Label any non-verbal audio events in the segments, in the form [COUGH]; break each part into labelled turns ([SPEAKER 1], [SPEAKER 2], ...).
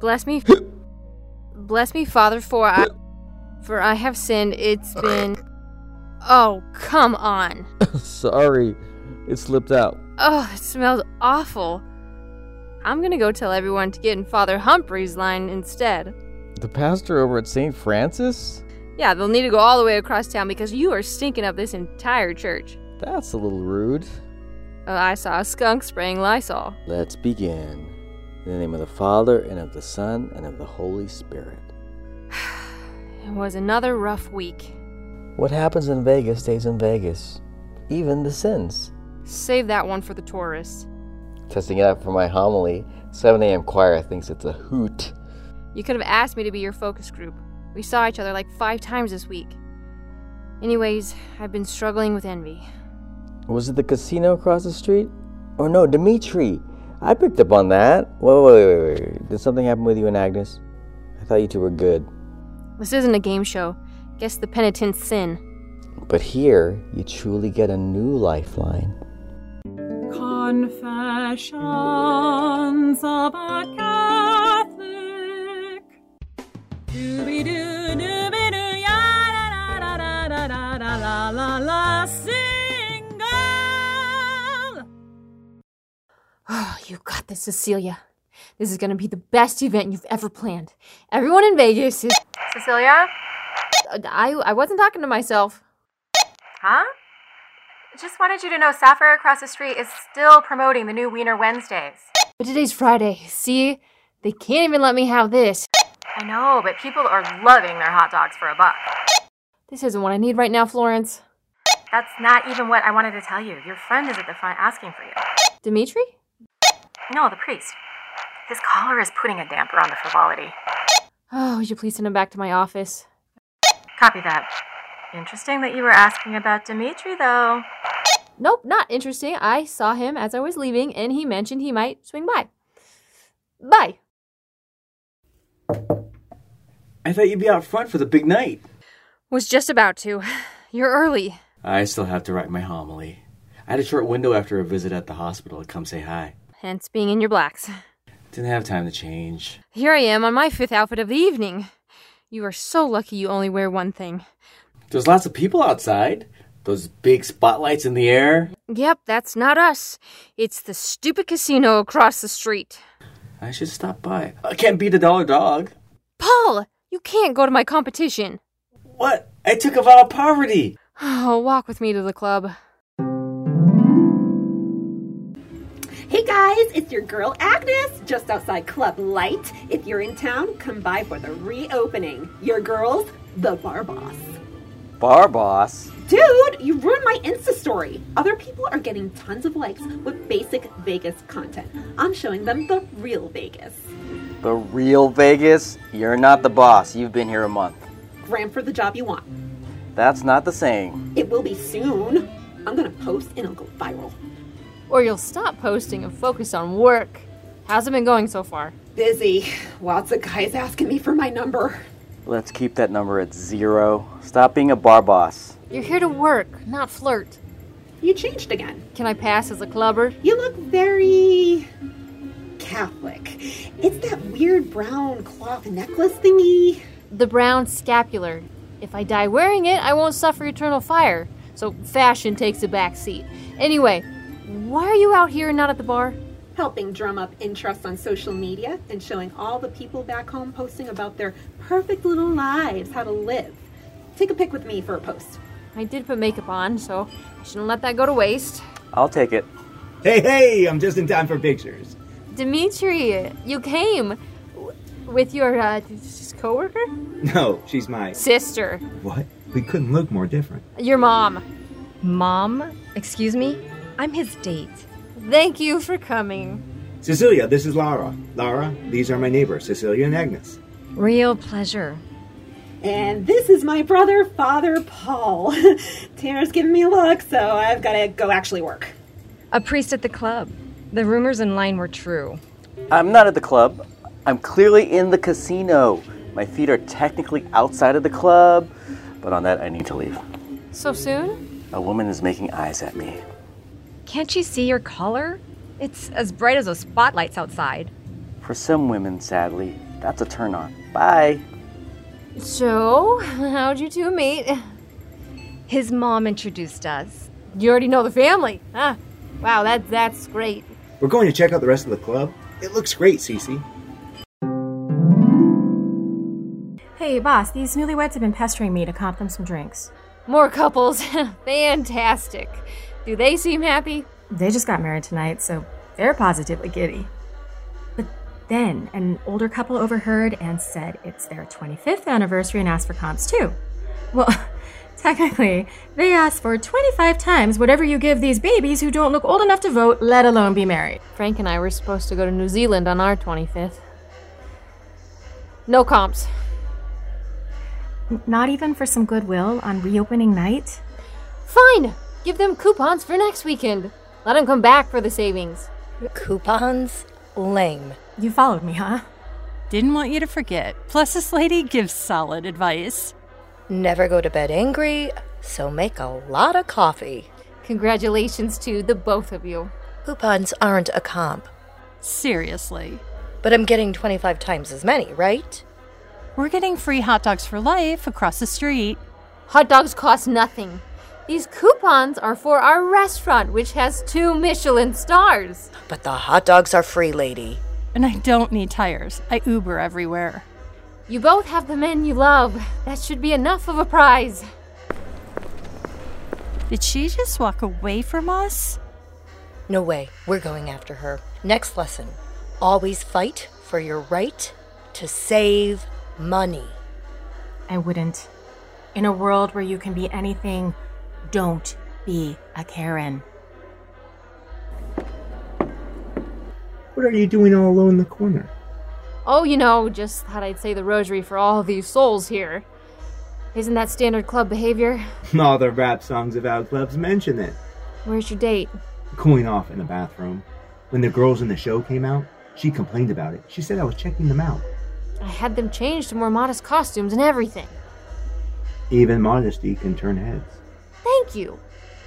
[SPEAKER 1] Bless me, bless me, Father, for I, for I have sinned. It's been. Oh, come on.
[SPEAKER 2] Sorry, it slipped out.
[SPEAKER 1] Oh, it smells awful. I'm gonna go tell everyone to get in Father Humphrey's line instead.
[SPEAKER 2] The pastor over at St. Francis?
[SPEAKER 1] Yeah, they'll need to go all the way across town because you are stinking up this entire church.
[SPEAKER 2] That's a little rude.
[SPEAKER 1] Oh, I saw a skunk spraying Lysol.
[SPEAKER 2] Let's begin. In the name of the Father, and of the Son, and of the Holy Spirit.
[SPEAKER 1] it was another rough week.
[SPEAKER 2] What happens in Vegas stays in Vegas, even the sins.
[SPEAKER 1] Save that one for the tourists.
[SPEAKER 2] Testing it out for my homily, 7 a.m. choir thinks it's a hoot.
[SPEAKER 1] You could have asked me to be your focus group. We saw each other like five times this week. Anyways, I've been struggling with envy.
[SPEAKER 2] Was it the casino across the street? Or no, Dimitri! I picked up on that. Wait, wait, wait, wait. Did something happen with you and Agnes? I thought you two were good.
[SPEAKER 1] This isn't a game show. Guess the penitent's sin.
[SPEAKER 2] But here, you truly get a new lifeline.
[SPEAKER 3] Confessions of a Catholic. Doobie-doo, doobie-doo, ya-da-da-da-da-da-da-da-la-la-la, single.
[SPEAKER 1] Oh, you got this, Cecilia. This is gonna be the best event you've ever planned. Everyone in Vegas is. Cecilia? I, I wasn't talking to myself.
[SPEAKER 4] Huh? Just wanted you to know Sapphire across the street is still promoting the new Wiener Wednesdays.
[SPEAKER 1] But today's Friday. See? They can't even let me have this.
[SPEAKER 4] I know, but people are loving their hot dogs for a buck.
[SPEAKER 1] This isn't what I need right now, Florence.
[SPEAKER 4] That's not even what I wanted to tell you. Your friend is at the front asking for you.
[SPEAKER 1] Dimitri?
[SPEAKER 4] No, the priest. His collar is putting a damper on the frivolity.
[SPEAKER 1] Oh, would you please send him back to my office?
[SPEAKER 4] Copy that. Interesting that you were asking about Dimitri, though.
[SPEAKER 1] Nope, not interesting. I saw him as I was leaving, and he mentioned he might swing by. Bye.
[SPEAKER 5] I thought you'd be out front for the big night.
[SPEAKER 1] Was just about to. You're early.
[SPEAKER 5] I still have to write my homily. I had a short window after a visit at the hospital to come say hi.
[SPEAKER 1] Hence being in your blacks.
[SPEAKER 5] Didn't have time to change.
[SPEAKER 1] Here I am on my fifth outfit of the evening. You are so lucky you only wear one thing.
[SPEAKER 5] There's lots of people outside. Those big spotlights in the air.
[SPEAKER 1] Yep, that's not us. It's the stupid casino across the street.
[SPEAKER 5] I should stop by. I can't beat a dollar dog.
[SPEAKER 1] Paul, you can't go to my competition.
[SPEAKER 5] What? I took a vow of poverty.
[SPEAKER 1] Oh, walk with me to the club.
[SPEAKER 6] Hey guys, it's your girl Agnes, just outside Club Light. If you're in town, come by for the reopening. Your girl's the bar boss.
[SPEAKER 2] Bar boss?
[SPEAKER 6] Dude, you ruined my Insta story. Other people are getting tons of likes with basic Vegas content. I'm showing them the real Vegas.
[SPEAKER 2] The real Vegas? You're not the boss. You've been here a month.
[SPEAKER 6] Gram for the job you want.
[SPEAKER 2] That's not the saying.
[SPEAKER 6] It will be soon. I'm gonna post and it'll go viral.
[SPEAKER 1] Or you'll stop posting and focus on work. How's it been going so far?
[SPEAKER 6] Busy. Lots of guys asking me for my number.
[SPEAKER 2] Let's keep that number at zero. Stop being a bar boss.
[SPEAKER 1] You're here to work, not flirt.
[SPEAKER 6] You changed again.
[SPEAKER 1] Can I pass as a clubber?
[SPEAKER 6] You look very Catholic. It's that weird brown cloth necklace thingy.
[SPEAKER 1] The brown scapular. If I die wearing it, I won't suffer eternal fire. So fashion takes a back seat. Anyway, why are you out here and not at the bar?
[SPEAKER 6] Helping drum up interest on social media and showing all the people back home posting about their perfect little lives, how to live. Take a pic with me for a post.
[SPEAKER 1] I did put makeup on, so I shouldn't let that go to waste.
[SPEAKER 2] I'll take it.
[SPEAKER 7] Hey, hey, I'm just in time for pictures.
[SPEAKER 1] Dimitri, you came w- with your uh, coworker?
[SPEAKER 7] No, she's my
[SPEAKER 1] sister.
[SPEAKER 7] What? We couldn't look more different.
[SPEAKER 1] Your mom.
[SPEAKER 8] Mom? Excuse me? I'm his date.
[SPEAKER 1] Thank you for coming.
[SPEAKER 7] Cecilia, this is Laura. Laura, these are my neighbors, Cecilia and Agnes.
[SPEAKER 8] Real pleasure.
[SPEAKER 6] And this is my brother, Father Paul. [LAUGHS] Tanner's giving me a look, so I've got to go actually work.
[SPEAKER 8] A priest at the club. The rumors in line were true.
[SPEAKER 2] I'm not at the club. I'm clearly in the casino. My feet are technically outside of the club, but on that, I need to leave.
[SPEAKER 1] So soon?
[SPEAKER 2] A woman is making eyes at me.
[SPEAKER 8] Can't she see your collar? It's as bright as those spotlights outside.
[SPEAKER 2] For some women, sadly,
[SPEAKER 9] That's a turn on. Bye.
[SPEAKER 1] So, [LAUGHS] how'd you two meet?
[SPEAKER 8] His mom introduced us.
[SPEAKER 1] You already know the family, huh? Wow, that that's great.
[SPEAKER 7] We're going to check out the rest of the club. It looks great, Cece.
[SPEAKER 4] Hey, boss, these newlyweds have been pestering me to comp them some drinks.
[SPEAKER 1] More couples, [LAUGHS] fantastic. Do they seem happy?
[SPEAKER 4] They just got married tonight, so they're positively giddy. But then an older couple overheard and said it's their 25th anniversary and asked for comps too. Well, [LAUGHS] technically, they asked for 25 times whatever you give these babies who don't look old enough to vote, let alone be married.
[SPEAKER 1] Frank and I were supposed to go to New Zealand on our 25th. No comps.
[SPEAKER 4] N- Not even for some goodwill on reopening night?
[SPEAKER 1] Fine. Give them coupons for next weekend. Let them come back for the savings.
[SPEAKER 10] Coupons? Lame.
[SPEAKER 4] You followed me, huh?
[SPEAKER 3] Didn't want you to forget. Plus, this lady gives solid advice.
[SPEAKER 10] Never go to bed angry, so make a lot of coffee.
[SPEAKER 1] Congratulations to the both of you.
[SPEAKER 10] Coupons aren't a comp,
[SPEAKER 3] Seriously.
[SPEAKER 10] but I'm getting 25 times as many, right?
[SPEAKER 3] We're getting free hot dogs for life across the street.
[SPEAKER 1] Hot dogs cost nothing. These coupons are for our restaurant, which has two Michelin stars.
[SPEAKER 10] But the hot dogs are free, lady.
[SPEAKER 3] And I don't need tires. I Uber everywhere.
[SPEAKER 1] You both have the men you love. That should be enough of a prize.
[SPEAKER 3] Did she just walk away from us?
[SPEAKER 10] No way, we're going after her. Next lesson always fight for your right to save money.
[SPEAKER 4] I wouldn't. In a world where you can be anything, don't be a Karen.
[SPEAKER 7] What are you doing all alone in the corner? [LAUGHS]
[SPEAKER 1] Oh, you know, just thought I'd say the rosary for all these souls here. Isn't that standard club behavior?
[SPEAKER 7] All the rap songs about clubs mention it.
[SPEAKER 1] Where's your date?
[SPEAKER 7] Cooling off in the bathroom. When the girls in the show came out, she complained about it. She said I was checking them out.
[SPEAKER 1] I had them change to more modest costumes and everything.
[SPEAKER 7] Even modesty can turn heads.
[SPEAKER 1] Thank you.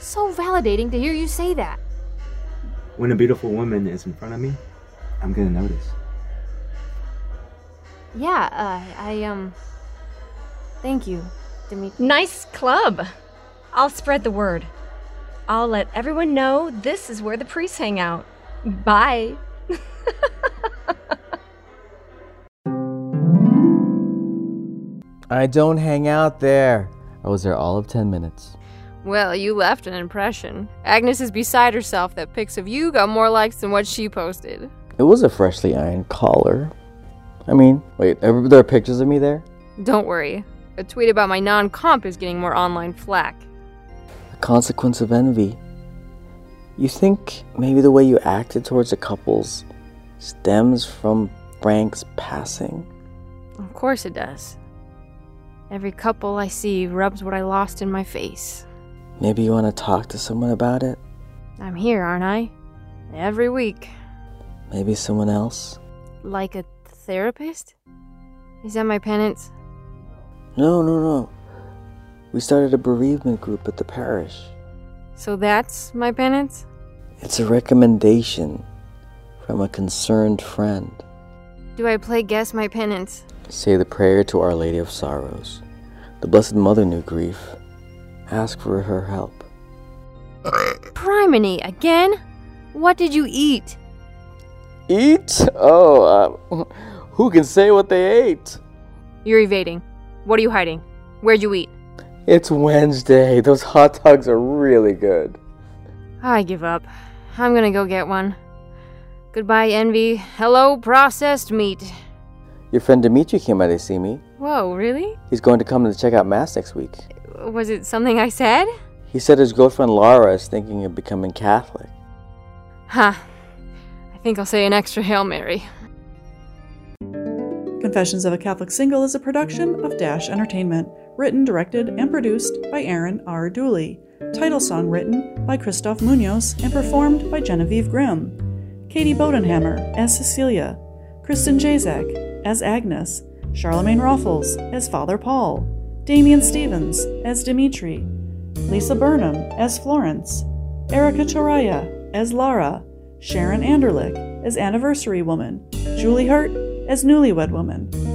[SPEAKER 1] So validating to hear you say that.
[SPEAKER 7] When a beautiful woman is in front of me, I'm gonna notice.
[SPEAKER 1] Yeah, uh, I, um. Thank you, Dimitri.
[SPEAKER 8] Nice club. I'll spread the word. I'll let everyone know this is where the priests hang out. Bye.
[SPEAKER 2] I don't hang out there. I was there all of 10 minutes.
[SPEAKER 1] Well, you left an impression. Agnes is beside herself that pics of you got more likes than what she posted.
[SPEAKER 2] It was a freshly ironed collar. I mean, wait, are there pictures of me there?
[SPEAKER 1] Don't worry. A tweet about my non comp is getting more online flack.
[SPEAKER 2] A consequence of envy. You think maybe the way you acted towards the couples stems from Frank's passing?
[SPEAKER 1] Of course it does. Every couple I see rubs what I lost in my face.
[SPEAKER 2] Maybe you want to talk to someone about it?
[SPEAKER 1] I'm here, aren't I? Every week.
[SPEAKER 2] Maybe someone else?
[SPEAKER 1] Like a therapist? Is that my penance?
[SPEAKER 2] No, no, no. We started a bereavement group at the parish.
[SPEAKER 1] So that's my penance?
[SPEAKER 2] It's a recommendation from a concerned friend.
[SPEAKER 1] Do I play guess my penance?
[SPEAKER 2] Say the prayer to Our Lady of Sorrows. The Blessed Mother knew grief. Ask for her help.
[SPEAKER 1] Primony, again? What did you eat?
[SPEAKER 2] Eat? Oh, uh, [LAUGHS] who can say what they ate?
[SPEAKER 1] You're evading. What are you hiding? Where'd you eat?
[SPEAKER 2] It's Wednesday. Those hot dogs are really good.
[SPEAKER 1] I give up. I'm gonna go get one. Goodbye, envy. Hello, processed meat.
[SPEAKER 2] Your friend Dimitri came by to see me.
[SPEAKER 1] Whoa, really?
[SPEAKER 2] He's going to come to check out Mass next week.
[SPEAKER 1] Was it something I said?
[SPEAKER 2] He said his girlfriend Laura is thinking of becoming Catholic.
[SPEAKER 1] Huh. I think I'll say an extra Hail Mary.
[SPEAKER 11] Confessions of a Catholic Single is a production of Dash Entertainment, written, directed, and produced by Aaron R. Dooley. Title song written by Christoph Munoz and performed by Genevieve Grimm. Katie Bodenhammer as Cecilia. Kristen Jazak as Agnes. Charlemagne Ruffles as Father Paul. Damian Stevens as Dimitri. Lisa Burnham as Florence. Erica Toraya as Lara. Sharon Anderlick as Anniversary Woman. Julie Hurt as newlywed woman.